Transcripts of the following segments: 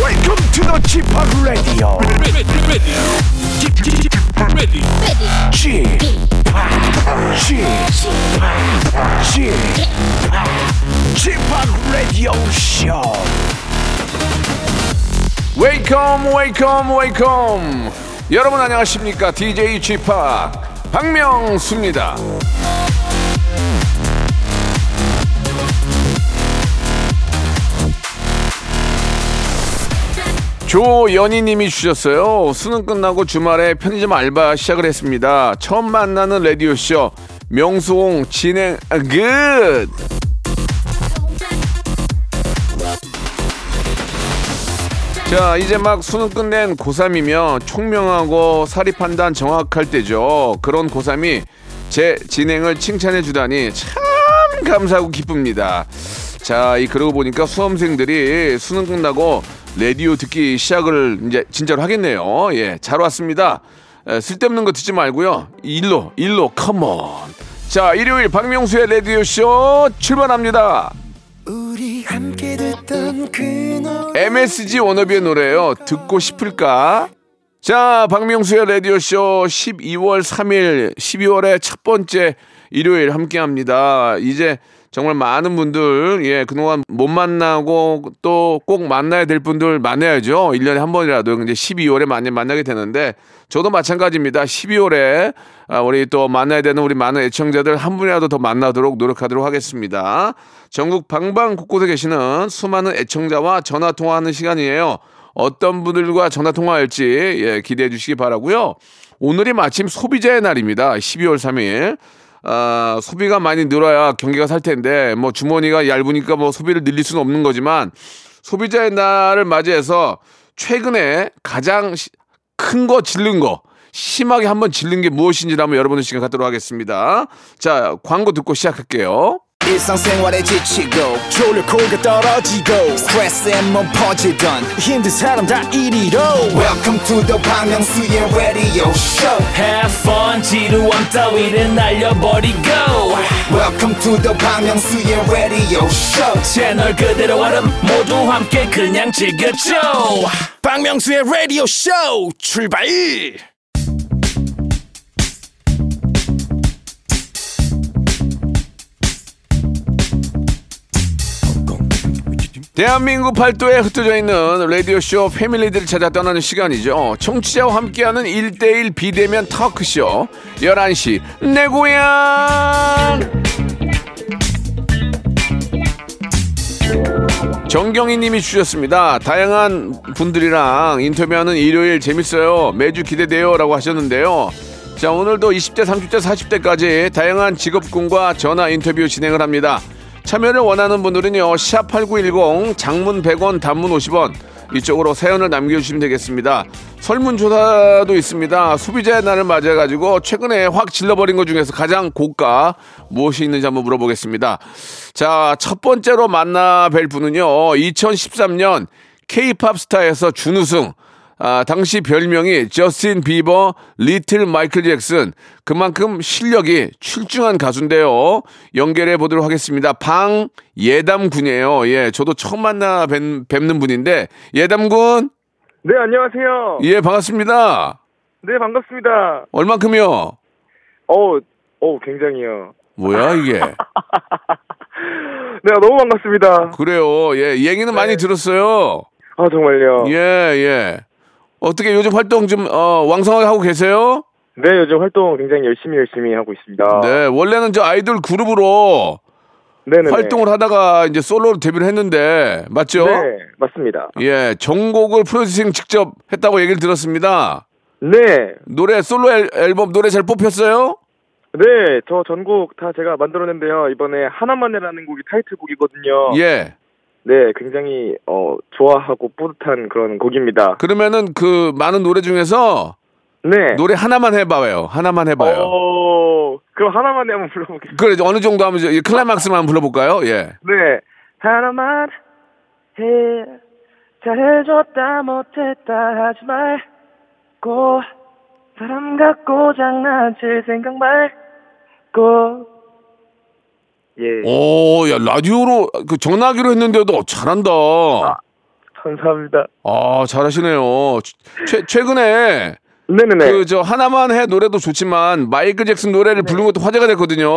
Welcome to the g p o p Radio. ready, ready, ready, ready. g p o p g p o p g p o p Radio Show. 웨이컴 웨이컴 웨이컴 여러분 안녕하십니까 DJ g p o p 박명수입니다 조연희님이 주셨어요. 수능 끝나고 주말에 편의점 알바 시작을 했습니다. 처음 만나는 라디오 쇼 명수홍 진행 아, 끝. 자 이제 막 수능 끝낸 고3이면 총명하고 사리 판단 정확할 때죠 그런 고3이 제 진행을 칭찬해 주다니 참 감사하고 기쁩니다 자이 그러고 보니까 수험생들이 수능 끝나고 라디오 듣기 시작을 이제 진짜로 하겠네요 예잘 왔습니다 에, 쓸데없는 거 듣지 말고요 일로 일로 컴온 자 일요일 박명수의 라디오 쇼 출발합니다 우리 함께 듣던 그 노래. MSG 워너비의 노래예요. 듣고 싶을까? 자, 박명수의 라디오쇼 12월 3일, 12월의 첫 번째 일요일 함께 합니다. 이제 정말 많은 분들, 예, 그동안 못 만나고 또 꼭 만나야 될 분들 만나야죠. 1년에 한 번이라도. 근데 12월에 많이 만나게 되는데, 저도 마찬가지입니다. 12월에 아, 우리 또 만나야 되는 우리 많은 애청자들 한 분이라도 더 만나도록 노력하도록 하겠습니다. 전국 방방 곳곳에 계시는 수많은 애청자와 전화 통화하는 시간이에요. 어떤 분들과 전화 통화할지 예, 기대해 주시기 바라고요. 오늘이 마침 소비자의 날입니다. 12월 3일. 아, 소비가 많이 늘어야 경기가 살 텐데 뭐 주머니가 얇으니까 뭐 소비를 늘릴 수는 없는 거지만 소비자의 날을 맞이해서 최근에 가장 시- 큰 거 질른 거 심하게 한번 질른 게 무엇인지 한번 여러분의 시간 갖도록 하겠습니다. 자 광고 듣고 시작할게요. 일상생활에 지치고, 졸려 코가 떨어지고 스트레스에 몸 퍼지던, 힘든 사람 다 이리로. welcome to the Bang Myung-soo's radio show Have fun 지루함 따위를 날려버리고 welcome to the Bang Myung-soo's radio show 채널 그대로 얼음 모두 함께 그냥 즐겨줘 박명수의 라디오 쇼 출발. 대한민국 팔도에 흩어져 있는 라디오쇼 패밀리들을 찾아 떠나는 시간이죠. 청취자와 함께하는 1대1 비대면 터크쇼 11시 내 고향 정경희 님이 주셨습니다. 다양한 분들이랑 인터뷰하는 일요일 재밌어요. 매주 기대돼요. 라고 하셨는데요. 자, 오늘도 20대, 30대, 40대까지 다양한 직업군과 전화 인터뷰 진행을 합니다. 참여를 원하는 분들은요, 샵8910 장문 100원, 단문 50원, 이쪽으로 사연을 남겨주시면 되겠습니다. 설문조사도 있습니다. 소비자의 날을 맞이해가지고 최근에 확 질러버린 것 중에서 가장 고가 무엇이 있는지 한번 물어보겠습니다. 자, 첫 번째로 만나 뵐 분은요, 2013년 K-팝 스타에서 준우승, 아, 당시 별명이 저스틴 비버, 리틀 마이클 잭슨. 그만큼 실력이 출중한 가수인데요. 연결해 보도록 하겠습니다. 방 예담군이에요. 예, 저도 처음 만나 뵌- 뵙는 분인데 예담군, 네, 안녕하세요. 예, 반갑습니다. 네, 반갑습니다. 얼만큼요? 어우, 어우, 굉장히요. 뭐야 이게? 네, 너무 반갑습니다. 그래요. 예, 얘기는 많이 들었어요. 아, 정말요. 예, 예. 어떻게 요즘 활동 좀 어, 왕성하게 하고 계세요? 네, 요즘 활동 굉장히 열심히 열심히 하고 있습니다. 네, 원래는 저 아이돌 그룹으로 네네. 활동을 하다가 이제 솔로로 데뷔를 했는데 맞죠? 네, 맞습니다. 예, 전곡을 프로듀싱 직접 했다고 얘기를 들었습니다. 네, 노래 솔로 앨, 앨범 노래 잘 뽑혔어요? 네, 저 전곡 다 제가 만들어낸데요. 이번에 하나만이라는 곡이 타이틀곡이거든요. 예. 네, 굉장히 어 좋아하고 뿌듯한 그런 곡입니다. 그러면은 그 많은 노래 중에서 네. 그 노래 하나만 해봐요. 하나만 해봐요. 어, 그럼 하나만에 한번 불러보겠습니다. 그래 어느 정도 하면 이제 클라이막스만 한번 불러볼까요? 예. 네. 하나만 해. 잘해줬다 못했다 하지 말고 사람 같고 장난칠 생각 말고 예 네. 어? 아. 오, 야 라디오로 그 전화기로 했는데도 잘한다. 감사합니다. 아, 잘하시네요. 최, 최근에 네네네. 그 저 하나만 해 노래도 좋지만 마이클 잭슨 노래를 부른 것도 화제가 됐거든요.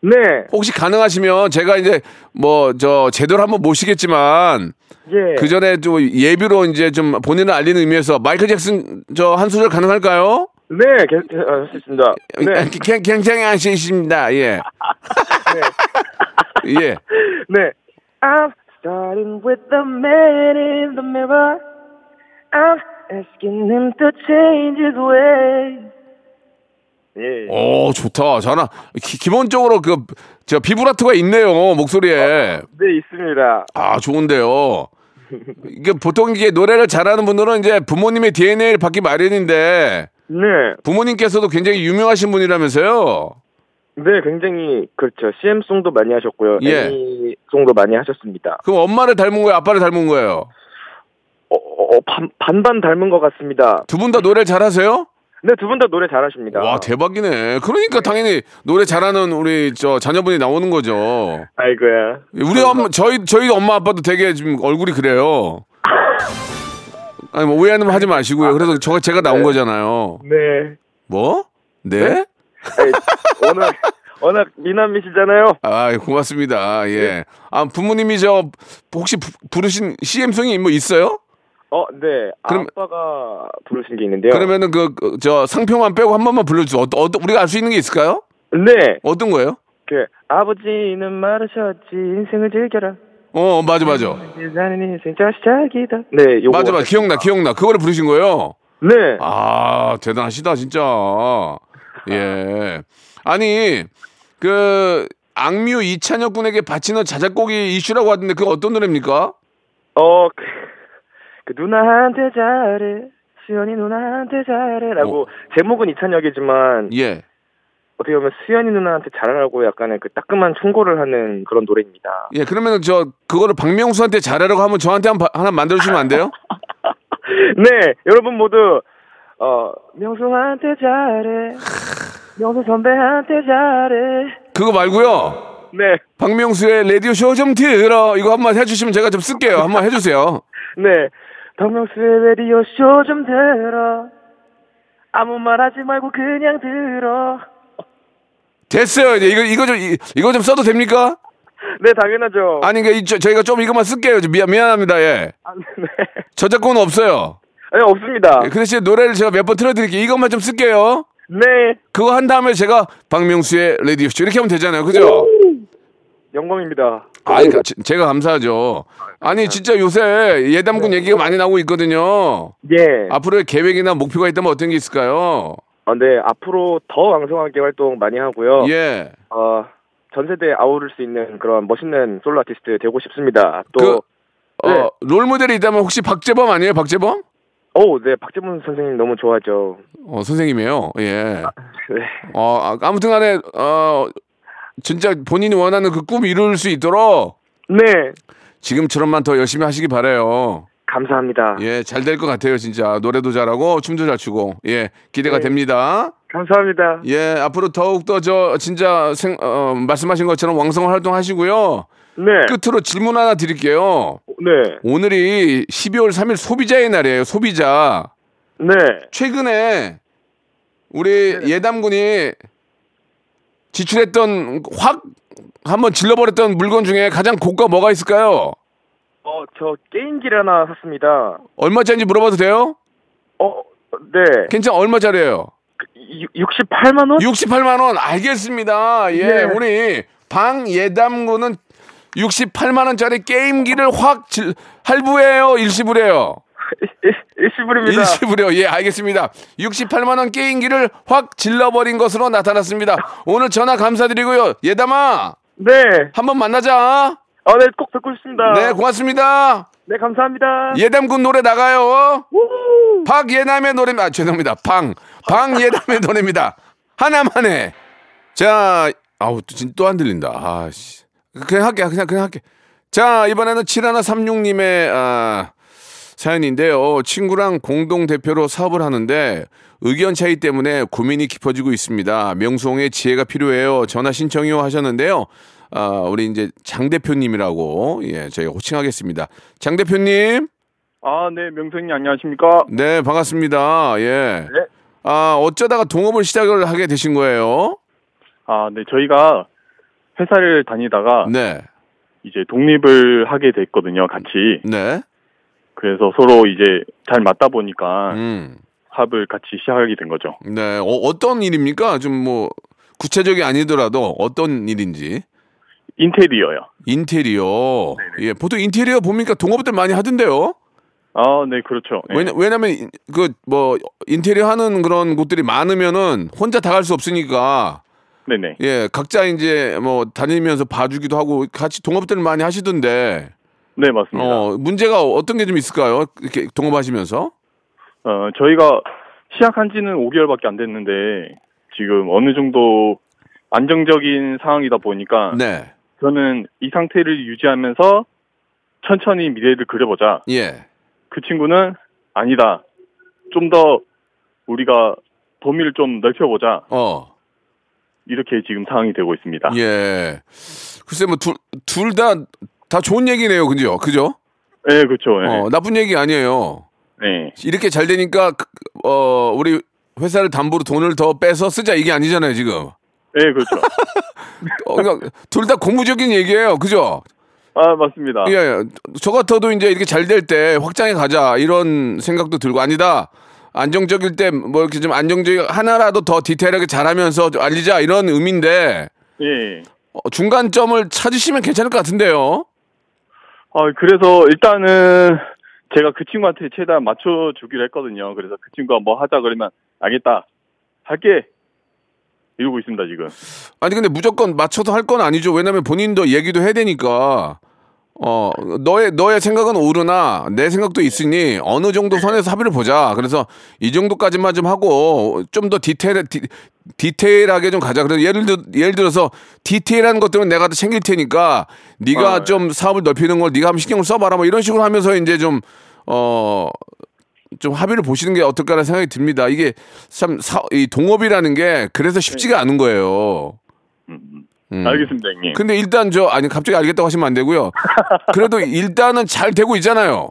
네. 혹시 가능하시면 제가 이제 뭐 저 제대로 한번 모시겠지만 예. 그 전에 좀 예비로 이제 좀 본인을 알리는 의미에서 마이클 잭슨 저 한 소절 가능할까요? 네, 개- 개- 아, 할수 있습니다. 네. 굉- 굉장히 아시십니다. 예. 예. 네. I'm starting with the man in the mirror. I'm asking him to change his way. 예. 오 좋다. 저는 기, 기본적으로 그 저 비브라토가 있네요 목소리에. 네, 있습니다. 아 좋은데요. 이게 보통 이게 노래를 잘하는 분들은 이제 부모님의 DNA를 받기 마련인데 네. 부모님께서도 굉장히 유명하신 분이라면서요. 네, 굉장히 그렇죠. CM송도 많이 하셨고요. E 예. 애니송도 많이 하셨습니다. 그럼 엄마를 닮은 거예요, 아빠를 닮은 거예요. 어, 어, 어, 반, 반반 닮은 것 같습니다. 두 분 다 노래 잘하세요? 네, 두 분 다 노래 잘하십니다. 와 대박이네. 그러니까 당연히 노래 잘하는 우리 저 자녀분이 나오는 거죠. 아이고야. 우리 엄마 저희 저희 엄마 아빠도 되게 지금 얼굴이 그래요. 아니 뭐 오해는 하지 마시고요. 그래서 저 제가 나온 거잖아요. 네. 뭐? 네? 아이, 워낙, 워낙 미남이시잖아요. 아 고맙습니다. 예. 아 부모님이 저 혹시 부, 부르신 CM 송이 뭐 있어요? 어, 네. 그럼- 아빠가 부르신 게 있는데요. 그러면은 그 저 상표만 빼고 한 번만 불러주세요. 어떤 어떤- 우리가 알 수 있는 게 있을까요? 네. 어떤 거예요? 그 아버지는 말하셨지 인생을 즐겨라. 어 맞아 맞아 세상은 인생 자시작이다. 네, 요거. 맞아 맞아 기억나 기억나 그거를 부르신 거예요. 네. 아. 아 대단하시다 진짜 예 아니 그 악뮤 이찬혁 군에게 바치는 자작곡이 이슈라고 하던데 그거 어떤 노래입니까? 어, 그, 그 누나한테 잘해. 수연이 누나한테 잘해라고 제목은 이찬혁이지만 예 어떻게 보면 수연이 누나한테 잘하라고 약간의 그 따끔한 충고를 하는 그런 노래입니다. 예, 그러면 저 그거를 박명수한테 잘하라고 하면 저한테 한, 바- 하나 만들어 주면 안 돼요? 네, 여러분 모두 어 명수한테 잘해. 명수 선배한테 잘해. 그거 말고요. 네, 박명수의 라디오 쇼 좀 들어 이거 한번 해주시면 제가 좀 쓸게요. 한번 해주세요. 네. 박명수의 라디오 쇼 좀 들어. 아무 말 하지 말고 그냥 들어. 됐어요. 이제 이거 이거 좀 이, 거좀 써도 됩니까? 네, 당연하죠. 아니 그 이- 저- 저희가 좀 이것만 쓸게요. 좀 미안 미안합니다. 예. 아, 네. 저작권 없어요. 아니, 없습니다. 예, 그 대신 노래를 제가 몇 번 틀어드릴게요. 이것만 좀 쓸게요. 네. 그거 한 다음에 제가 박명수의 라디오 쇼 이렇게 하면 되잖아요. 그죠? 영광입니다. 아니 가- 제- 제가 감사하죠. 아니 진짜 요새 예담군 얘기가 많이 나오고 있거든요. 예. 아, 앞으로의 계획이나 목표가 있다면 어떤 게 있을까요? 네. 앞으로 더 왕성하게 활동 많이 하고요. 예. 어, 전 세대에 아우를 수 있는 그런 멋있는 솔로 아티스트 되고 싶습니다. 그, 또, 네. 어, 롤 모델이 있다면 혹시 박재범 아니에요? 박재범? 오, 네. 박재문 선생님 너무 좋아하죠. 어, 선생님이에요. 예. 네. 어, 아, 아무튼 간에, 어, 진짜 본인이 원하는 그 꿈 이룰 수 있도록 네. 지금처럼만 더 열심히 하시기 바래요. 감사합니다. 예, 잘 될 것 같아요, 진짜. 노래도 잘하고, 춤도 잘 추고. 예, 기대가 네. 됩니다. 감사합니다. 예, 앞으로 더욱더 저, 진짜, 생, 어, 말씀하신 것처럼 왕성한 활동 하시고요. 네. 끝으로 질문 하나 드릴게요. 네. 오늘이 12월 3일 소비자의 날이에요. 소비자. 네. 최근에 우리 예담군이 지출했던 확 한번 질러버렸던 물건 중에 가장 고가 뭐가 있을까요? 어, 저 게임기를 하나 샀습니다. 얼마짜리인지 물어봐도 돼요? 어, 네. 괜찮 얼마짜리예요? 유- 68만 원? 68만 원 알겠습니다. 예, 네. 우리 방예담군은 68만 원짜리 게임기를 확 질, 할부예요, 일시불이에요. 일시불입니다. 일시불요. 예, 알겠습니다. 68만 원 게임기를 확 질러버린 것으로 나타났습니다. 오늘 전화 감사드리고요. 예담아, 네. 한번 만나자. 아, 네, 꼭 듣고 싶습니다. 네, 고맙습니다. 네, 감사합니다. 예담군 노래 나가요. 박예남의 노래, 아, 죄송합니다. 방, 방예남의 노래입니다. 하나만 해. 자, 아우, 또안 들린다. 아, 씨. 그냥 할게, 그냥, 그냥 할게. 자, 이번에는 7136님의, 아, 사연인데요. 친구랑 공동대표로 사업을 하는데 의견 차이 때문에 고민이 깊어지고 있습니다. 명수홍의 지혜가 필요해요. 전화 신청이요 하셨는데요. 아, 우리 이제 장 대표님이라고, 예, 저희가 호칭하겠습니다. 장 대표님. 아, 네, 명성님 안녕하십니까? 네, 반갑습니다. 예. 네. 아, 어쩌다가 동업을 시작을 하게 되신 거예요? 아, 네, 저희가 회사를 다니다가 네. 이제 독립을 하게 됐거든요, 같이. 네. 그래서 서로 이제 잘 맞다 보니까 음. 합을 같이 시작하게 된 거죠. 네. 어, 어떤 일입니까? 좀 뭐 구체적이 아니더라도 어떤 일인지. 인테리어요. 인테리어. 예. 보통 인테리어 보니까 동업들 많이 하던데요. 아, 네, 그렇죠. 예. 왜냐, 왜냐면 그 뭐 인테리어 하는 그런 곳들이 많으면은 혼자 다 갈 수 없으니까 네네. 예, 각자 이제 뭐 다니면서 봐주기도 하고 같이 동업들을 많이 하시던데 네, 맞습니다. 어, 어, 문제가 어떤 게 좀 있을까요? 이렇게 동업하시면서? 어, 저희가 시작한 지는 5개월밖에 안 됐는데 지금 어느 정도 안정적인 상황이다 보니까 네. 저는 이 상태를 유지하면서 천천히 미래를 그려보자. 예. 그 친구는 아니다. 좀 더 우리가 범위를 좀 넓혀보자. 어. 이렇게 지금 상황이 되고 있습니다. 예. 글쎄 뭐둘다 다 좋은 얘기네요. 그죠? 그죠? 네, 그렇죠. 예. 어, 나쁜 얘기 아니에요. 네. 이렇게 잘 되니까 그- 어, 우리 회사를 담보로 돈을 더 빼서 쓰자 이게 아니잖아요, 지금. 네, 그렇죠. 어, 그러니까 둘 다 고무적인 얘기예요. 그죠? 아, 맞습니다. 예, 예. 저 같아도 이제 이렇게 잘 될 때 확장해 가자 이런 생각도 들고 아니다. 안정적일 때 뭐 이렇게 좀 안정적 하나라도 더 디테일하게 잘하면서 좀 알리자 이런 의미인데 예. 어, 중간점을 찾으시면 괜찮을 것 같은데요. 아, 그래서 일단은 제가 그 친구한테 최대한 맞춰주기로 했거든요. 그래서 그 친구가 뭐 하자 그러면 알겠다. 할게. 이러고 있습니다, 지금. 아니 근데 무조건 맞춰서 할 건 아니죠. 왜냐면 본인도 얘기도 해야 되니까. 어 너의 너의 생각은 옳으나 내 생각도 있으니 어느 정도 선에서 합의를 보자. 그래서 이 정도까지만 좀 하고 좀 더 디테일 디, 디테일하게 좀 가자. 그래서 예를 들 예를 들어서 디테일한 것들은 내가 더 챙길 테니까 네가 아, 좀 사업을 넓히는 걸 네가 한번 신경을 써봐라. 뭐 이런 식으로 하면서 이제 좀 어, 좀 합의를 보시는 게 어떨까라는 생각이 듭니다. 이게 참 이 동업이라는 게 그래서 쉽지가 않은 거예요. 음. 알겠습니다, 형님. 근데 일단 저 아니 갑자기 알겠다고 하시면 안 되고요. 그래도 일단은 잘 되고 있잖아요.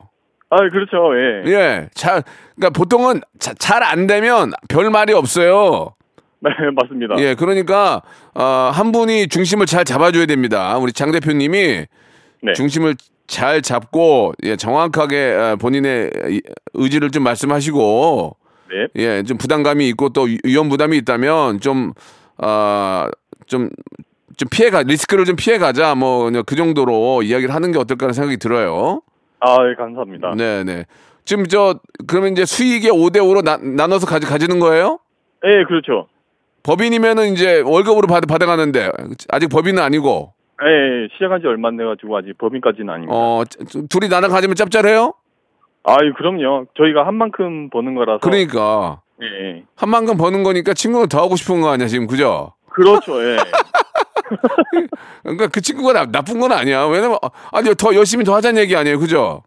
아, 그렇죠. 예. 예, 잘 그러니까 보통은 잘 안 되면 별 말이 없어요. 네, 맞습니다. 예, 그러니까 어, 한 분이 중심을 잘 잡아줘야 됩니다. 우리 장 대표님이 네. 중심을 잘 잡고 예, 정확하게 어, 본인의 이- 의지를 좀 말씀하시고 네. 예, 좀 부담감이 있고 또 위- 위험 부담이 있다면 좀, 아, 좀, 좀 피해가, 리스크를 좀 피해가자. 뭐, 그냥 그 정도로 이야기를 하는 게 어떨까 하는 생각이 들어요. 아, 예, 감사합니다. 네, 네. 지금 저, 그러면 이제 수익의 5대5로 나, 나눠서 가지, 가지는 거예요? 예, 그렇죠. 법인이면은 이제 월급으로 받, 받아가는데, 아직 법인은 아니고, 예, 예, 시작한 지 얼마 안 돼가지고 아직 법인까지는 아닙니다. 어, 저- 둘이 나눠 가지면 짭짤해요? 아유, 그럼요. 저희가 한 만큼 버는 거라서. 그러니까. 예, 예. 한 만큼 버는 거니까 친구는 더 하고 싶은 거 아니야, 지금, 그죠? 그렇죠, 예. 그러니까 그 친구가 나, 나쁜 건 아니야. 왜냐면, 어, 아니, 더 열심히 더 하자는 얘기 아니에요, 그죠?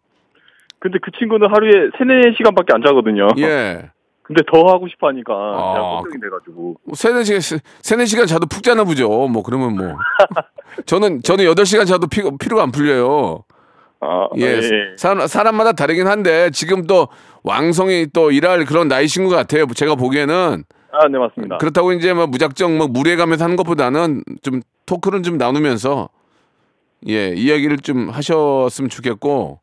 근데 그 친구는 하루에 세네 시간밖에안 자거든요. 예. 근데 더 하고 싶어 하니까 제가 아, 걱정이 돼가지고. 뭐 세네 시간, 세- 세네 시간 자도 푹 자나 보죠. 뭐, 그러면 뭐. 저는, 저는 여덟 시간 자도 피, 피로가 안 풀려요. 아, 예. 예. 사람, 사람마다 다르긴 한데, 지금 또 왕성히 또 일할 그런 나이신 것 같아요. 제가 보기에는. 아, 네, 맞습니다. 그렇다고 이제 막 무작정 막 무례하면서 하는 것보다는 좀 토크를 좀 나누면서, 예, 이야기를 좀 하셨으면 좋겠고,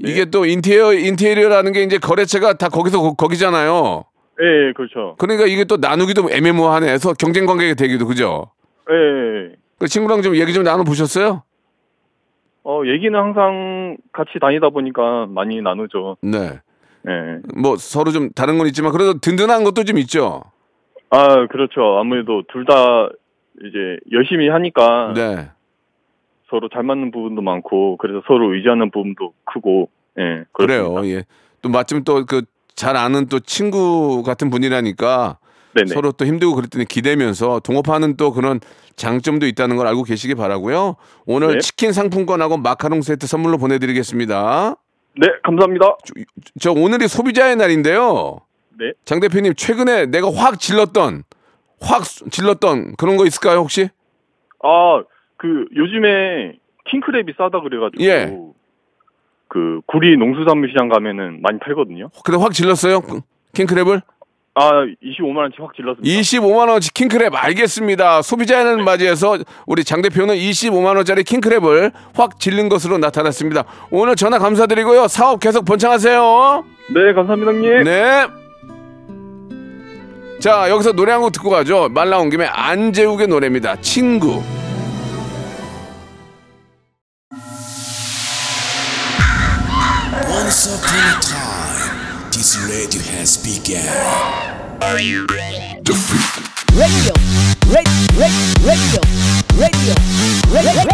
네. 이게 또 인테리어, 인테리어라는 게 이제 거래처가 다 거기서 거- 거기잖아요. 예, 예, 그렇죠. 그러니까 이게 또 나누기도 애매모호하네. 해서 경쟁 관계가 되기도 그죠. 예, 예. 예. 그 친구랑 좀 얘기 좀 나눠 보셨어요? 어, 얘기는 항상 같이 다니다 보니까 많이 나누죠. 네. 예. 뭐 서로 좀 다른 건 있지만 그래도 든든한 것도 좀 있죠. 아, 그렇죠. 아무래도 둘 다 이제 열심히 하니까 네. 서로 잘 맞는 부분도 많고 그래서 서로 의지하는 부분도 크고 예. 그렇습니다. 그래요. 예. 또 마침 또 그 잘 아는 또 친구 같은 분이라니까 네네. 서로 또 힘들고 그랬더니 기대면서 동업하는 또 그런 장점도 있다는 걸 알고 계시기 바라고요. 오늘 네. 치킨 상품권하고 마카롱 세트 선물로 보내드리겠습니다. 네, 감사합니다. 저 오늘이 소비자의 날인데요. 네. 장 대표님 최근에 내가 확 질렀던 확 수- 질렀던 그런 거 있을까요 혹시? 아, 그 요즘에 킹크랩이 싸다 그래가지고 예. 그 구리 농수산물 시장 가면은 많이 팔거든요. 근데 확 질렀어요? 그 킹크랩을? 아 25만 원치 확 질렀습니다. 25만원치 킹크랩 알겠습니다. 소비자는 맞이해서 우리 장 대표는 25만원짜리 킹크랩을 확 질른 것으로 나타났습니다. 오늘 전화 감사드리고요. 사업 계속 번창하세요. 네 감사합니다 형님. 네. 자, 여기서 노래 한 곡 듣고 가죠. 말 나온 김에 안재욱의 노래입니다. 친구. Once upon a time, this radio has begun. radio, radio, radio, radio, radio,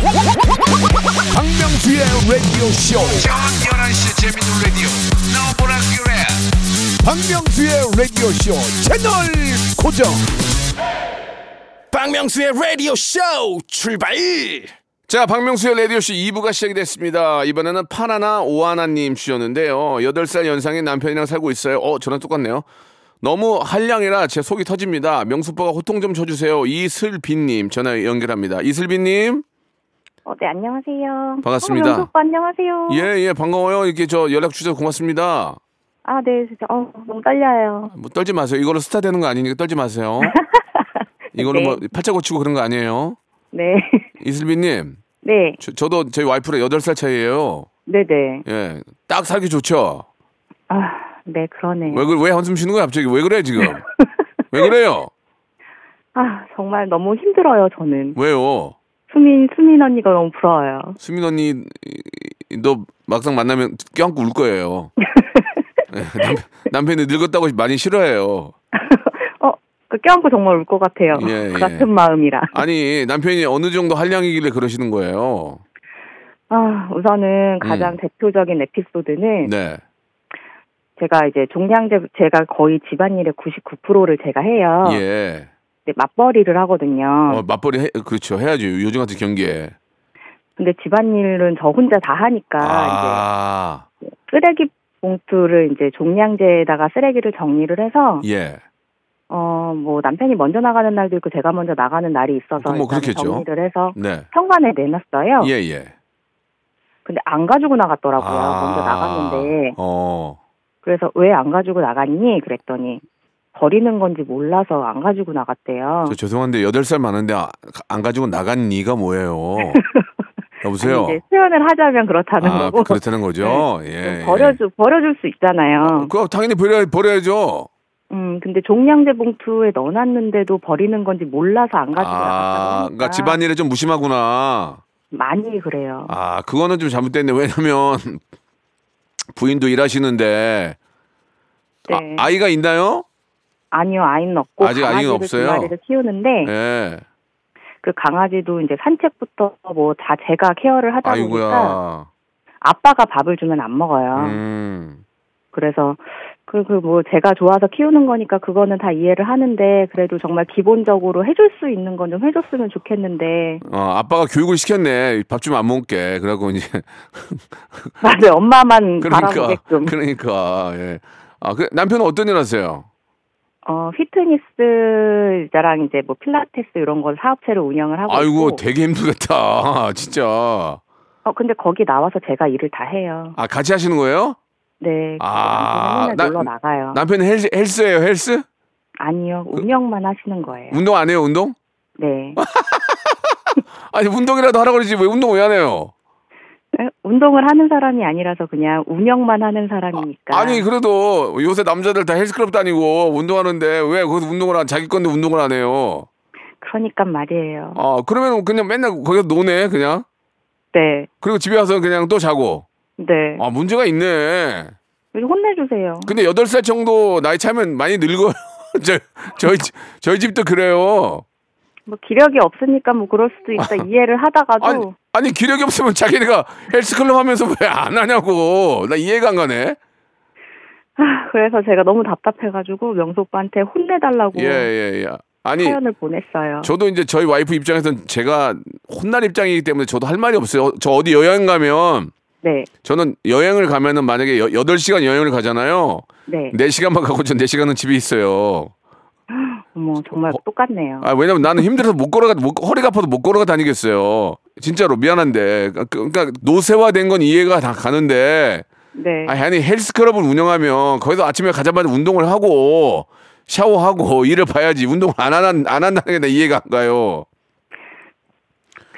박명수의 라디오 쇼. 저녁 11시 재밌는 라디오. 너보라 그래. 박명수의 라디오 쇼 채널 고정. 박명수의 라디오 쇼 출발 자, 박명수의 라디오쇼 2부가 시작이 됐습니다. 이번에는 파나나 오하나님 주셨는데요. 8살 연상인 남편이랑 살고 있어요. 어, 저랑 똑같네요. 너무 한량이라 제 속이 터집니다. 명수빠가 호통 좀 쳐주세요. 이슬빈님 전화 연결합니다. 이슬빈님. 어, 네, 안녕하세요. 반갑습니다. 어, 명수 오빠 안녕하세요. 예, 예, 반가워요. 이렇게 저 연락 주셔서 고맙습니다. 아, 네, 진짜, 어, 너무 떨려요. 뭐 떨지 마세요. 이걸로 스타 되는 거 아니니까 떨지 마세요. 이걸로 뭐 팔자 고치고 그런 거 아니에요. 네. 이슬빈님, 네, 저, 저도 저희 와이프랑 8살 차이에요. 네네. 예, 딱 살기 좋죠. 아, 네, 그러네요. 왜, 그- 왜 한숨 쉬는 거야, 갑자기? 왜 그래, 지금? 왜 그래요? 아, 정말 너무 힘들어요, 저는. 왜요? 수민, 수민 언니가 너무 부러워요. 수민 언니, 너 막상 만나면 껴안고 울 거예요. 예, 남편, 남편이 늙었다고 많이 싫어해요. 어, 그 껴안고 정말 울 것 같아요. 예, 그 예. 같은 마음이라. 아니, 남편이 어느 정도 한량이길래 그러시는 거예요. 아, 우선은 가장 대표적인 에피소드는 음. 네. 제가 이제 종량제, 제가 거의 집안일의 99%를 제가 해요. 예. 근데 맞벌이를 하거든요. 어, 맞벌이, 해, 그렇죠. 해야죠. 요즘 같은 경기에. 근데 집안일은 저 혼자 다 하니까 이제 아, 쓰레기 봉투를 이제 종량제에다가 쓰레기를 정리를 해서 예. 어 뭐 남편이 먼저 나가는 날도 있고 제가 먼저 나가는 날이 있어서 그럼 뭐 일단은 그렇겠죠. 정리를 해서 네. 현관에 내놨어요. 예, 예. 근데 안 가지고 나갔더라고요. 아. 먼저 나갔는데 어. 그래서 왜 안 가지고 나갔니? 그랬더니 버리는 건지 몰라서 안 가지고 나갔대요. 저 죄송한데, 8살 많은데 아- 안 가지고 나간 니가 뭐예요? 여보세요? 아니, 이제 표현을 하자면 그렇다는 아, 거고 네. 그렇다는 거죠? 예. 예. 버려주 버려줄 수 있잖아요. 그거 당연히 버려, 버려야죠. 음 근데 종량제 봉투에 넣어놨는데도 버리는 건지 몰라서 안 가지고 나갔다고 아, 하니까 그러니까 집안일에 좀 무심하구나. 많이 그래요. 아, 그거는 좀 잘못됐네. 왜냐면, 부인도 일하시는데, 네. 아, 아이가 있나요? 아니요, 아이는 없고 아직 아이는 강아지를 없어요? 두 마리를 키우는데 예. 그 강아지도 이제 산책부터 뭐 다 제가 케어를 하다 보니까 아. 아이고야. 아빠가 밥을 주면 안 먹어요. 음. 그래서 그 그 뭐 제가 좋아서 키우는 거니까 그거는 다 이해를 하는데 그래도 정말 기본적으로 해줄 수 있는 건 좀 해줬으면 좋겠는데 어, 아빠가 교육을 시켰네. 밥 좀 안 먹게. 그래갖고 이제 맞아요, 엄마만 그러니까 바라보게끔 그러니까 예. 아, 그 남편은 어떤 일 하세요? 어 피트니스자랑 이제 뭐 필라테스 이런 걸 사업체를 운영을 하고 아이고, 있고 되게 힘들겠다. 아, 진짜. 어 근데 거기 나와서 제가 일을 다 해요. 아, 같이 하시는 거예요? 네, 아, 아, 맨날 나- 놀러 나가요. 남편은 헬스, 헬스예요, 헬스? 아니요, 운영만 하시는 거예요. 운동 안 해요, 운동? 네. 아니, 운동이라도 하라 그러지. 왜 운동 왜 안 해요? 에, 운동을 하는 사람이 아니라서 그냥 운영만 하는 사람이니까. 아니 그래도 요새 남자들 다 헬스클럽 다니고 운동하는데 왜 거기서 운동을 안 자기 건데 운동을 안 해요? 그러니까 말이에요. 아 그러면 그냥 맨날 거기서 노네 그냥 네. 그리고 집에 와서 그냥 또 자고 네. 아 문제가 있네. 요즘 혼내주세요. 근데 여덟 살 정도 나이 차면 많이 늙어요. 저, 저희 집- 저희 집도 그래요. 뭐 기력이 없으니까 뭐 그럴 수도 있다 이해를 하다가도 아니 아니 기력이 없으면 자기네가 헬스클럽 하면서 왜 안 하냐고 나 이해가 안 가네. 아, 그래서 제가 너무 답답해가지고 명수 오빠한테 혼내달라고 예 예, 예. 아니 사연을 보냈어요. 저도 이제 저희 와이프 입장에서는 제가 혼날 입장이기 때문에 저도 할 말이 없어요. 저 어디 여행 가면 네. 저는 여행을 가면은 만약에 여, 8시간 여행을 가잖아요. 네. 4시간만 가고 전 4시간은 집에 있어요. 어머 정말 똑같네요. 아, 왜냐면 나는 힘들어서 못 걸어가 못- 허리가 아파도 못 걸어가 다니겠어요. 진짜로 미안한데 그- 그러니까 노쇠화된 건 이해가 다 가는데 네. 아니, 아니 헬스클럽을 운영하면 거기서 아침에 가자마자 운동을 하고 샤워하고 일을 봐야지 운동을 안, 안, 한- 안 한다는 게 나 이해가 안 가요.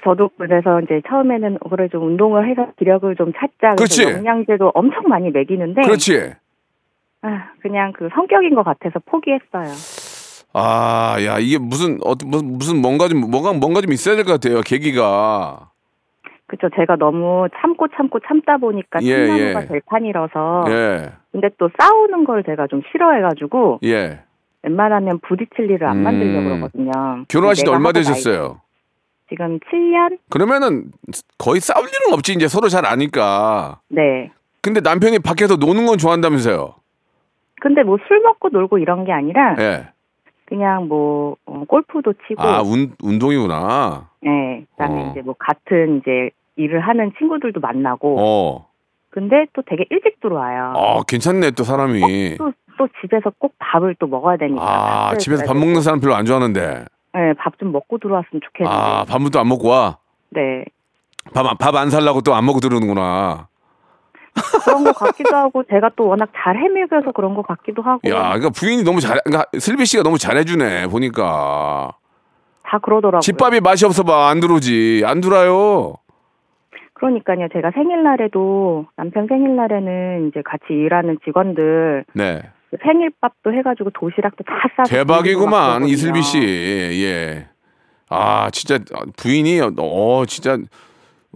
저도 그래서 이제 처음에는 그래 좀 운동을 해서 기력을 좀 찾자. 그래서 그렇지. 영양제도 엄청 많이 먹이는데 그렇지. 아, 그냥 그 성격인 것 같아서 포기했어요. 아, 야, 이게 무슨, 어떤, 무슨, 무슨 뭔가 좀, 뭔가, 뭔가 좀 있어야 될 것 같아요, 계기가. 그쵸 제가 너무 참고 참고 참다 보니까 예, 참나무가 예. 절판이라서 예, 근데 또 싸우는 걸 제가 좀 싫어해가지고 예. 웬만하면 부딪힐 일을 안 만들려고 음. 그러거든요. 결혼하신 지 내가 얼마 하고 나이- 되셨어요? 지금 7년? 그러면은 거의 싸울 일은 없지, 이제 서로 잘 아니까. 네. 근데 남편이 밖에서 노는 건 좋아한다면서요? 근데 뭐 술 먹고 놀고 이런 게 아니라 예. 그냥 뭐 어, 골프도 치고 아, 운, 운동이구나. 예. 그다음에 어. 이제 뭐 같은 이제 일을 하는 친구들도 만나고 어. 근데 또 되게 일찍 들어와요. 아, 괜찮네, 또 사람이. 어, 또, 또 집에서 꼭 밥을 또 먹어야 되니까. 아, 밥을 집에서 밥 그래도- 먹는 사람 별로 안 좋아하는데. 네, 밥 좀 먹고 들어왔으면 좋겠는데. 아, 밥부터 안 먹고 와. 네. 밥, 밥 안 살라고 또 안 먹고 들어오는구나. 그런 것 같기도 하고 제가 또 워낙 잘 헤매겨서 그런 것 같기도 하고 야, 그러니까 부인이 너무 잘, 그러니까 슬비 씨가 너무 잘해주네, 보니까. 다 그러더라고요. 집밥이 맛이 없어 봐. 안 들어오지. 안 들어요. 그러니까요. 제가 생일날에도 남편 생일날에는 이제 같이 일하는 직원들 네. 생일밥도 해가지고 도시락도 다 싸. 아, 대박이구만. 이슬비 씨. 예. 아, 진짜 부인이 어, 진짜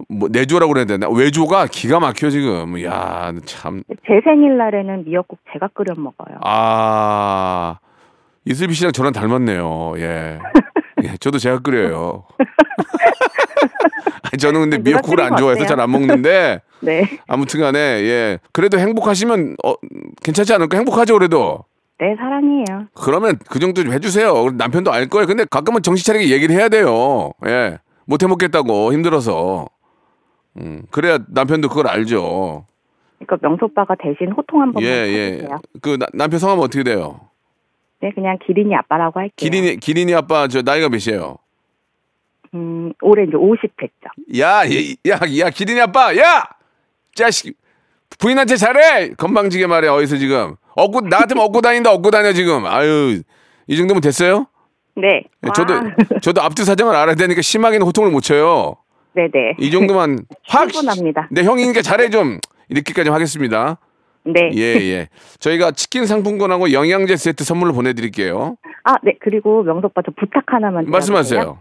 뭐 내조라고 그래야 되나? 외조가 기가 막혀 지금. 야, 참. 제 생일날에는 미역국 제가 끓여 먹어요. 아. 이슬비 씨랑 저랑 닮았네요. 예. 예, 저도 제가 끓여요. 아니, 저는 근데 누가 미역국을 끓인 안 거 좋아해서 어때요? 잘 안 먹는데 네, 아무튼간에 예 그래도 행복하시면 어 괜찮지 않을까 행복하죠 그래도 네 사랑해요. 그러면 그 정도 좀 해주세요. 그럼 남편도 알 거예요. 근데 가끔은 정신 차리게 얘기를 해야 돼요. 예. 못 해먹겠다고 힘들어서. 음, 그래야 남편도 그걸 알죠. 그러니까 명소 오빠가 대신 호통 한 번만 예, 예. 해주세요. 그 나- 남편 성함 어떻게 돼요? 네, 그냥 기린이 아빠라고 할게요. 기린이, 기린이 아빠 저 나이가 몇이에요? 음, 올해 이제 50 됐죠. 야, 이- 야, 야, 기린이 아빠, 야! 자식, 부인한테 잘해! 건방지게 말해, 어디서 지금. 얻고, 나 같으면 얻고 다닌다, 얻고 다녀, 지금. 아유, 이 정도면 됐어요? 네. 예, 저도, 저도 앞뒤 사정을 알아야 되니까 심하게는 호통을 못 쳐요. 네, 네. 이 정도만 확. 충분합니다. 네 형이니까 잘해 좀 이렇게까지 하겠습니다. 네. 예 예. 저희가 치킨 상품권하고 영양제 세트 선물로 보내드릴게요. 아, 네. 그리고 명소 오빠 저 부탁 하나만 드려도 돼요? 말씀하세요.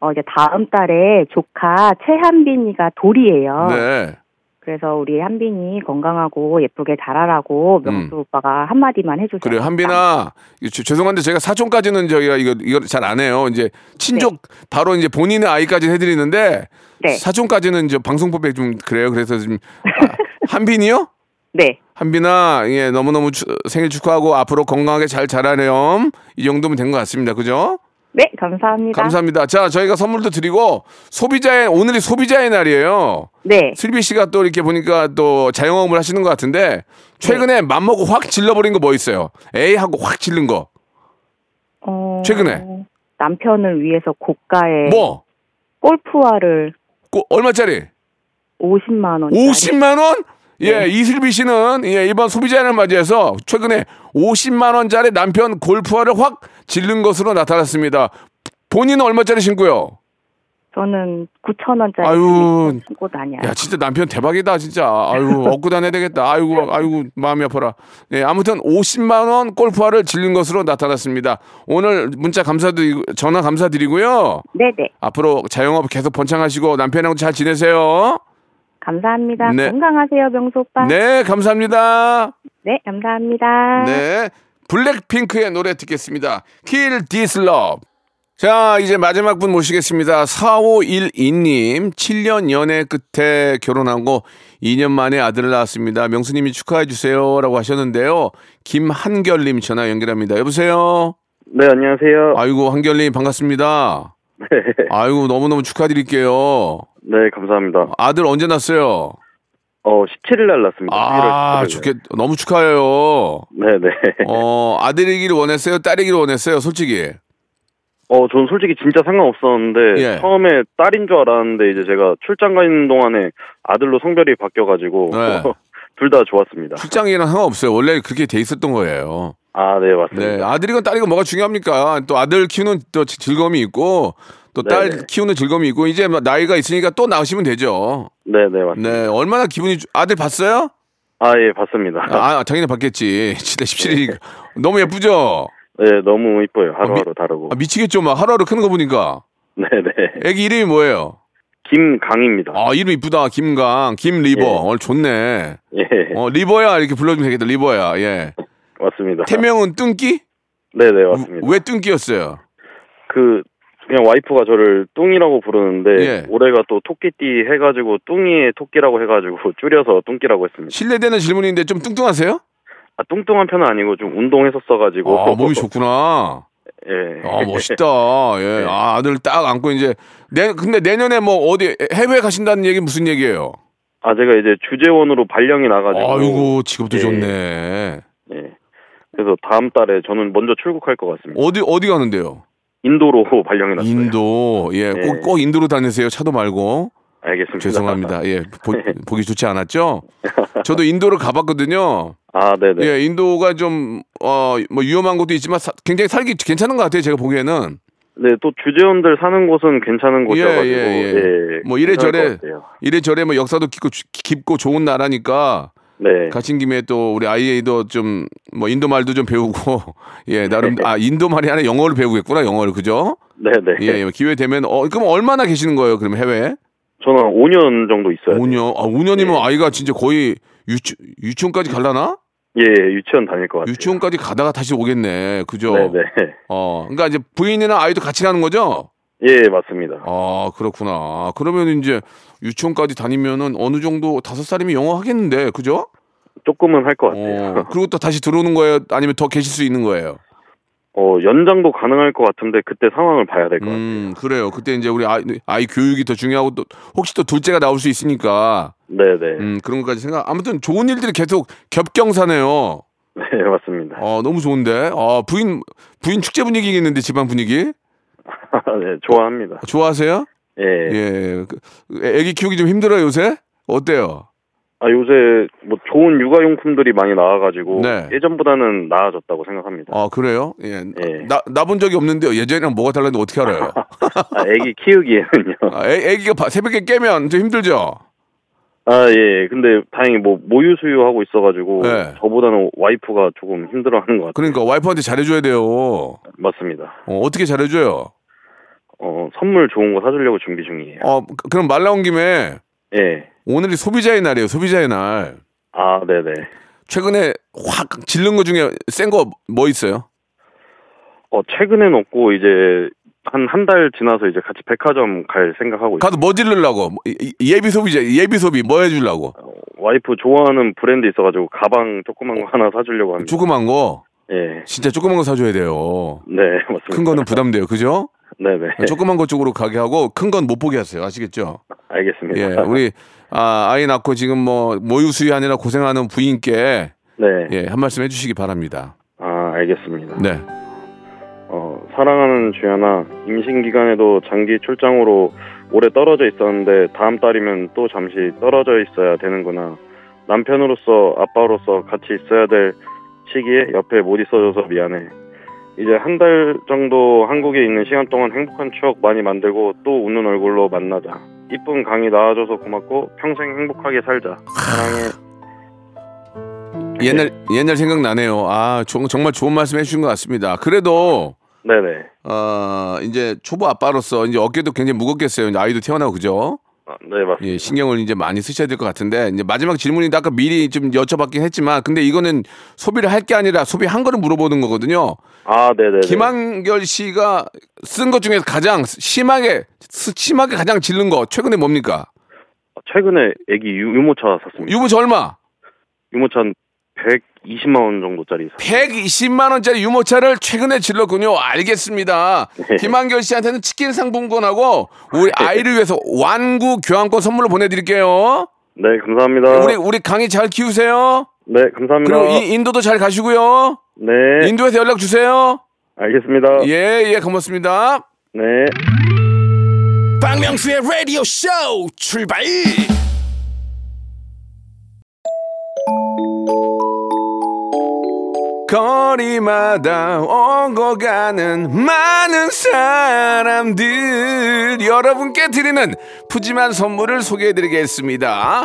어, 이제 다음 달에 조카 최한빈이가 돌이에요. 네. 그래서 우리 한빈이 건강하고 예쁘게 자라라고 명수 오빠가 한마디만 해주세요. 음. 그래 요 한빈아 죄- 죄송한데 제가 사촌까지는 저희가 이거 이거 잘 안 해요. 이제 친족 바로 이제 본인의 아이까지 해드리는데 네. 사촌까지는 이제 방송법에 좀 그래요. 그래서 지금 아, 한빈이요? 네. 한빈아 예 너무너무 추- 생일 축하하고 앞으로 건강하게 잘 자라렴 이 정도면 된 것 같습니다. 그죠? 네, 감사합니다. 감사합니다. 자, 저희가 선물도 드리고 소비자의 오늘이 소비자의 날이에요. 네. 슬비 씨가 또 이렇게 보니까 또 자영업을 하시는 것 같은데 네. 최근에 맘먹고 확 질러버린 거 뭐 있어요? 에이 하고 확 질른 거. 어, 최근에. 남편을 위해서 고가의 뭐? 골프화를 고- 얼마짜리? 50만 원. 50만 원? 예, 이슬비 씨는 예, 이번 소비자의 날 맞이해서 최근에 50만 원짜리 남편 골프화를 확 질른 것으로 나타났습니다. 본인은 얼마짜리 신고요? 저는 9천 원짜리 아유, 신고 다녀요. 야, 진짜 남편 대박이다, 진짜. 아이고, 얻고 다녀야 되겠다. 아이고, 아이고, 마음이 아파라. 예, 아무튼 50만원 골프화를 질린 것으로 나타났습니다. 오늘 문자 감사드리고, 전화 감사드리고요. 네, 네. 앞으로 자영업 계속 번창하시고 남편하고 잘 지내세요. 감사합니다. 네. 건강하세요, 명수 오빠. 네, 감사합니다. 네, 감사합니다. 네. 블랙핑크의 노래 듣겠습니다. Kill This Love. 자, 이제 마지막 분 모시겠습니다. 4512님, 7년 연애 끝에 결혼하고 2년 만에 아들을 낳았습니다. 명수님이 축하해주세요. 라고 하셨는데요. 김한결님 전화 연결합니다. 여보세요? 네, 안녕하세요. 아이고, 한결님 반갑습니다. 아이고, 너무너무 축하드릴게요. 네, 감사합니다. 아들 언제 낳았어요? 어, 17일 날 났습니다. 아, 11월 17일 날. 좋겠, 너무 축하해요. 네, 네. 어, 아들이기를 원했어요? 딸이기를 원했어요? 솔직히. 어, 저는 솔직히 진짜 상관없었는데 예. 처음에 딸인 줄 알았는데 이제 제가 출장 가 있는 동안에 아들로 성별이 바뀌어가지고 네. 둘 다 좋았습니다. 출장이랑 상관없어요. 원래 그렇게 돼 있었던 거예요. 아, 네 맞습니다. 네, 아들이건 딸이건 뭐가 중요합니까? 또 아들 키우는 또 지- 즐거움이 있고 또 딸 네네. 키우는 즐거움이 있고 이제 막 나이가 있으니까 또 나오시면 되죠. 네, 네 맞습니다. 네, 얼마나 기분이 좋- 아들 봤어요? 아, 예 봤습니다. 아, 당연히 봤겠지. 진짜 17일이 너무 예쁘죠? 네, 너무 이뻐요. 아, 하루하루 다르고. 아, 미치겠죠, 막 하루하루 크는 거 보니까. 네, 네. 애기 이름이 뭐예요? 김강입니다. 아, 이름 이쁘다. 김강, 김리버. 예. 어, 좋네. 예, 어, 리버야 이렇게 불러주면 되겠다. 리버야. 예. 맞습니다. 태명은 뚱기? 네, 네 맞습니다. 왜 뚱기였어요? 그 그냥 와이프가 저를 뚱이라고 부르는데 예. 올해가 또 토끼띠 해가지고 뚱이의 토끼라고 해가지고 줄여서 뚱끼라고 했습니다. 실례되는 질문인데 좀 뚱뚱하세요? 아 뚱뚱한 편은 아니고 좀 운동했었어가지고 아, 몸이 좋구나. 예. 아, 멋있다. 네. 예. 아, 아들 딱 안고 이제 내 근데 내년에 뭐 어디 해외 가신다는 얘기 무슨 얘기예요? 아 제가 이제 주재원으로 발령이 나가지고 아이고, 직업도 예. 좋네. 예. 그래서 다음 달에 저는 먼저 출국할 것 같습니다. 어디 어디 가는데요? 인도로 발령이 났어요. 인도. 예. 꼭, 예. 꼭 인도로 다니세요. 차도 말고. 알겠습니다. 네. 죄송합니다. 예. 보, 보기 좋지 않았죠? 저도 인도를 가봤거든요. 아 네네. 예, 인도가 좀, 어, 뭐 위험한 곳도 있지만 사- 굉장히 살기 괜찮은 것 같아요. 제가 보기에는. 네 또 주재원들 사는 곳은 괜찮은 곳이어가지고 예, 예, 예. 뭐 괜찮을 이래저래. 것 같아요. 이래저래 뭐 역사도 깊고, 주- 깊고 좋은 나라니까 네. 가신 김에 또 우리 아이에도 좀 뭐 인도 말도 좀 배우고 예, 나름, 아, 인도 말이 아니라 영어를 배우겠구나. 영어를. 그죠? 네네. 예, 예. 기회 되면, 어, 그럼 얼마나 계시는 거예요? 그럼 해외에? 저는 5년 정도 있어요. 네. 5년. 아, 5년이면 아이가 진짜 거의 유치, 유치원까지 갈라나? 예, 유치원 다닐 것 같아요. 유치원까지 가다가 다시 오겠네. 그죠? 네네. 어, 그러니까 이제 부인이나 아이도 같이 가는 거죠? 예, 맞습니다. 아, 그렇구나. 그러면 이제 유치원까지 다니면은 어느 정도 다섯 살이면 영어 하겠는데, 그죠? 조금은 할 것 같아요. 어, 그리고 또 다시 들어오는 거예요? 아니면 더 계실 수 있는 거예요? 어, 연장도 가능할 것 같은데 그때 상황을 봐야 될 것 같아요. 음, 그래요. 그때 이제 우리 아이, 아이 교육이 더 중요하고 또 혹시 또 둘째가 나올 수 있으니까 네네. 음, 그런 것까지 생각. 아무튼 좋은 일들이 계속 겹경사네요. 네, 맞습니다. 어, 너무 좋은데. 어, 부인 부인 축제 분위기겠는데 집안 분위기? 네, 좋아합니다. 좋아하세요? 예. 예. 그, 애- 애기 키우기 좀 힘들어요, 요새? 어때요? 아, 요새 뭐 좋은 육아용품들이 많이 나와가지고 네. 예전보다는 나아졌다고 생각합니다. 아, 그래요? 예. 예. 나, 나 본 적이 없는데요. 예전이랑 뭐가 달랐는지 어떻게 알아요? 아, 애기 키우기에는요. 아, 애, 애기가 바- 새벽에 깨면 좀 힘들죠? 아, 예. 근데 다행히 뭐 모유 수유하고 있어가지고 네. 저보다는 와이프가 조금 힘들어하는 것 같아요. 그러니까 와이프한테 잘해줘야 돼요. 어, 맞습니다. 어떻게 잘해줘요? 어, 선물 좋은 거 사주려고 준비 중이에요. 어, 그- 그럼 말 나온 김에 예. 오늘이 소비자의 날이에요. 소비자의 날. 아, 네네. 최근에 확 질른 거 중에 센 거 뭐 있어요? 어, 최근엔 없고 이제 한 한 달 지나서 이제 같이 백화점 갈 생각하고 있어요. 가도 뭐 질르려고? 뭐 이- 이- 예비 소비자, 예비 소비 뭐 해주려고? 와이프 좋아하는 브랜드 있어가지고 가방 조그만 거 하나 사주려고 합니다. 조그만 거, 예. 진짜 조그만 거 사줘야 돼요. 네, 맞습니다. 큰 거는 부담돼요. 그죠? 네네. 아, 조그만 거 쪽으로 가게 하고 큰 건 못 보게 하세요. 아시겠죠? 알겠습니다. 예, 우리 아, 아이 낳고 지금 뭐 모유 수유하느라 고생하는 부인께 네. 예, 한 말씀 해주시기 바랍니다. 아, 알겠습니다. 네. 어, 사랑하는 주연아, 임신 기간에도 장기 출장으로 오래 떨어져 있었는데 다음 달이면 또 잠시 떨어져 있어야 되는구나. 남편으로서 아빠로서 같이 있어야 될 시기에 옆에 못 있어줘서 미안해. 이제 한 달 정도 한국에 있는 시간 동안 행복한 추억 많이 만들고 또 웃는 얼굴로 만나자. 이쁜 강이 나와줘서 고맙고 평생 행복하게 살자. 사랑해. 옛날 옛날 생각 나네요. 아 조- 정말 좋은 말씀 해주신 것 같습니다. 그래도 네네. 어, 이제 초보 아빠로서 이제 어깨도 굉장히 무겁겠어요. 이제 아이도 태어나고 그죠? 아, 네 맞습니다. 예, 신경을 이제 많이 쓰셔야 될 것 같은데 이제 마지막 질문인데 아까 미리 좀 여쭤봤긴 했지만 근데 이거는 소비를 할 게 아니라 소비한 거를 물어보는 거거든요. 아 네네. 김한결 씨가 쓴 것 중에서 가장 심하게 스- 심하게 가장 질른 거 최근에 뭡니까? 최근에 애기 유- 유모차 샀습니다. 유모차 얼마? 유모차 한 120만 원 정도짜리 사- 120만 원짜리 유모차를 최근에 질렀군요. 알겠습니다. 김한결 씨한테는 치킨 상품권하고 우리 아이를 위해서 완구 교환권 선물로 보내드릴게요. 네 감사합니다 우리 우리 강이 잘 키우세요. 네 감사합니다 그리고 이, 인도도 잘 가시고요. 네 어. 인도에서 연락 주세요. 알겠습니다. 예, 예, 고맙습니다. 네. 박명수의 라디오 쇼 출발 거리마다 오고 가는 많은 사람들 여러분께 드리는 푸짐한 선물을 소개해드리겠습니다.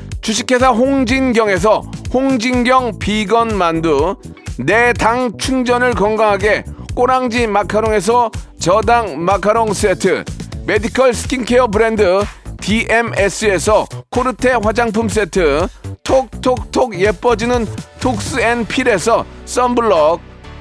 주식회사 홍진경에서 홍진경 비건 만두 내 당 충전을 건강하게 꼬랑지 마카롱에서 저당 마카롱 세트 메디컬 스킨케어 브랜드 DMS에서 코르테 화장품 세트 톡톡톡 예뻐지는 톡스앤필에서 썬블럭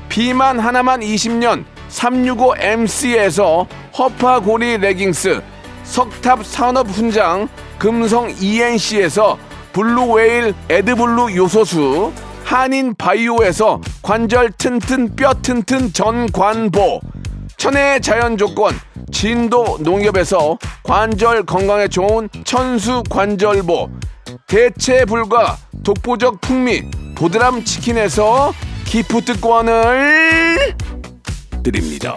비만 하나만 20년 365MC에서 허파고리 레깅스 석탑 산업 훈장 금성 ENC에서 블루웨일 에드블루 요소수 한인 바이오에서 관절 튼튼 뼈 튼튼 전관보 천혜의 자연 조건 진도 농협에서 관절 건강에 좋은 천수 관절보 대체 불과 독보적 풍미 보드람 치킨에서 기프트권을 드립니다.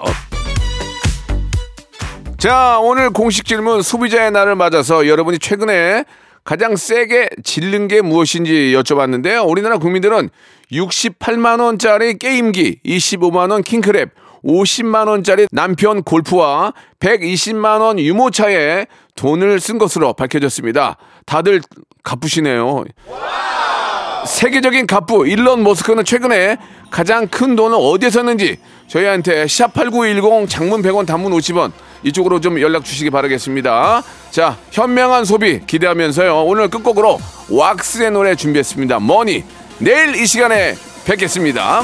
자, 오늘 공식 질문 소비자의 날을 맞아서 여러분이 최근에 가장 세게 질른 게 무엇인지 여쭤봤는데요. 우리나라 국민들은 68만 원짜리 게임기, 25만 원 킹크랩, 50만 원짜리 남편 골프와 120만 원 유모차에 돈을 쓴 것으로 밝혀졌습니다. 다들 갚으시네요. 세계적인 갑부 일론 머스크는 최근에 가장 큰 돈을 어디에 썼는지 저희한테 샵8910 장문 100원 단문 50원 이쪽으로 좀 연락 주시기 바라겠습니다. 자, 현명한 소비 기대하면서요. 오늘 끝곡으로 왁스의 노래 준비했습니다. 머니. 내일 이 시간에 뵙겠습니다.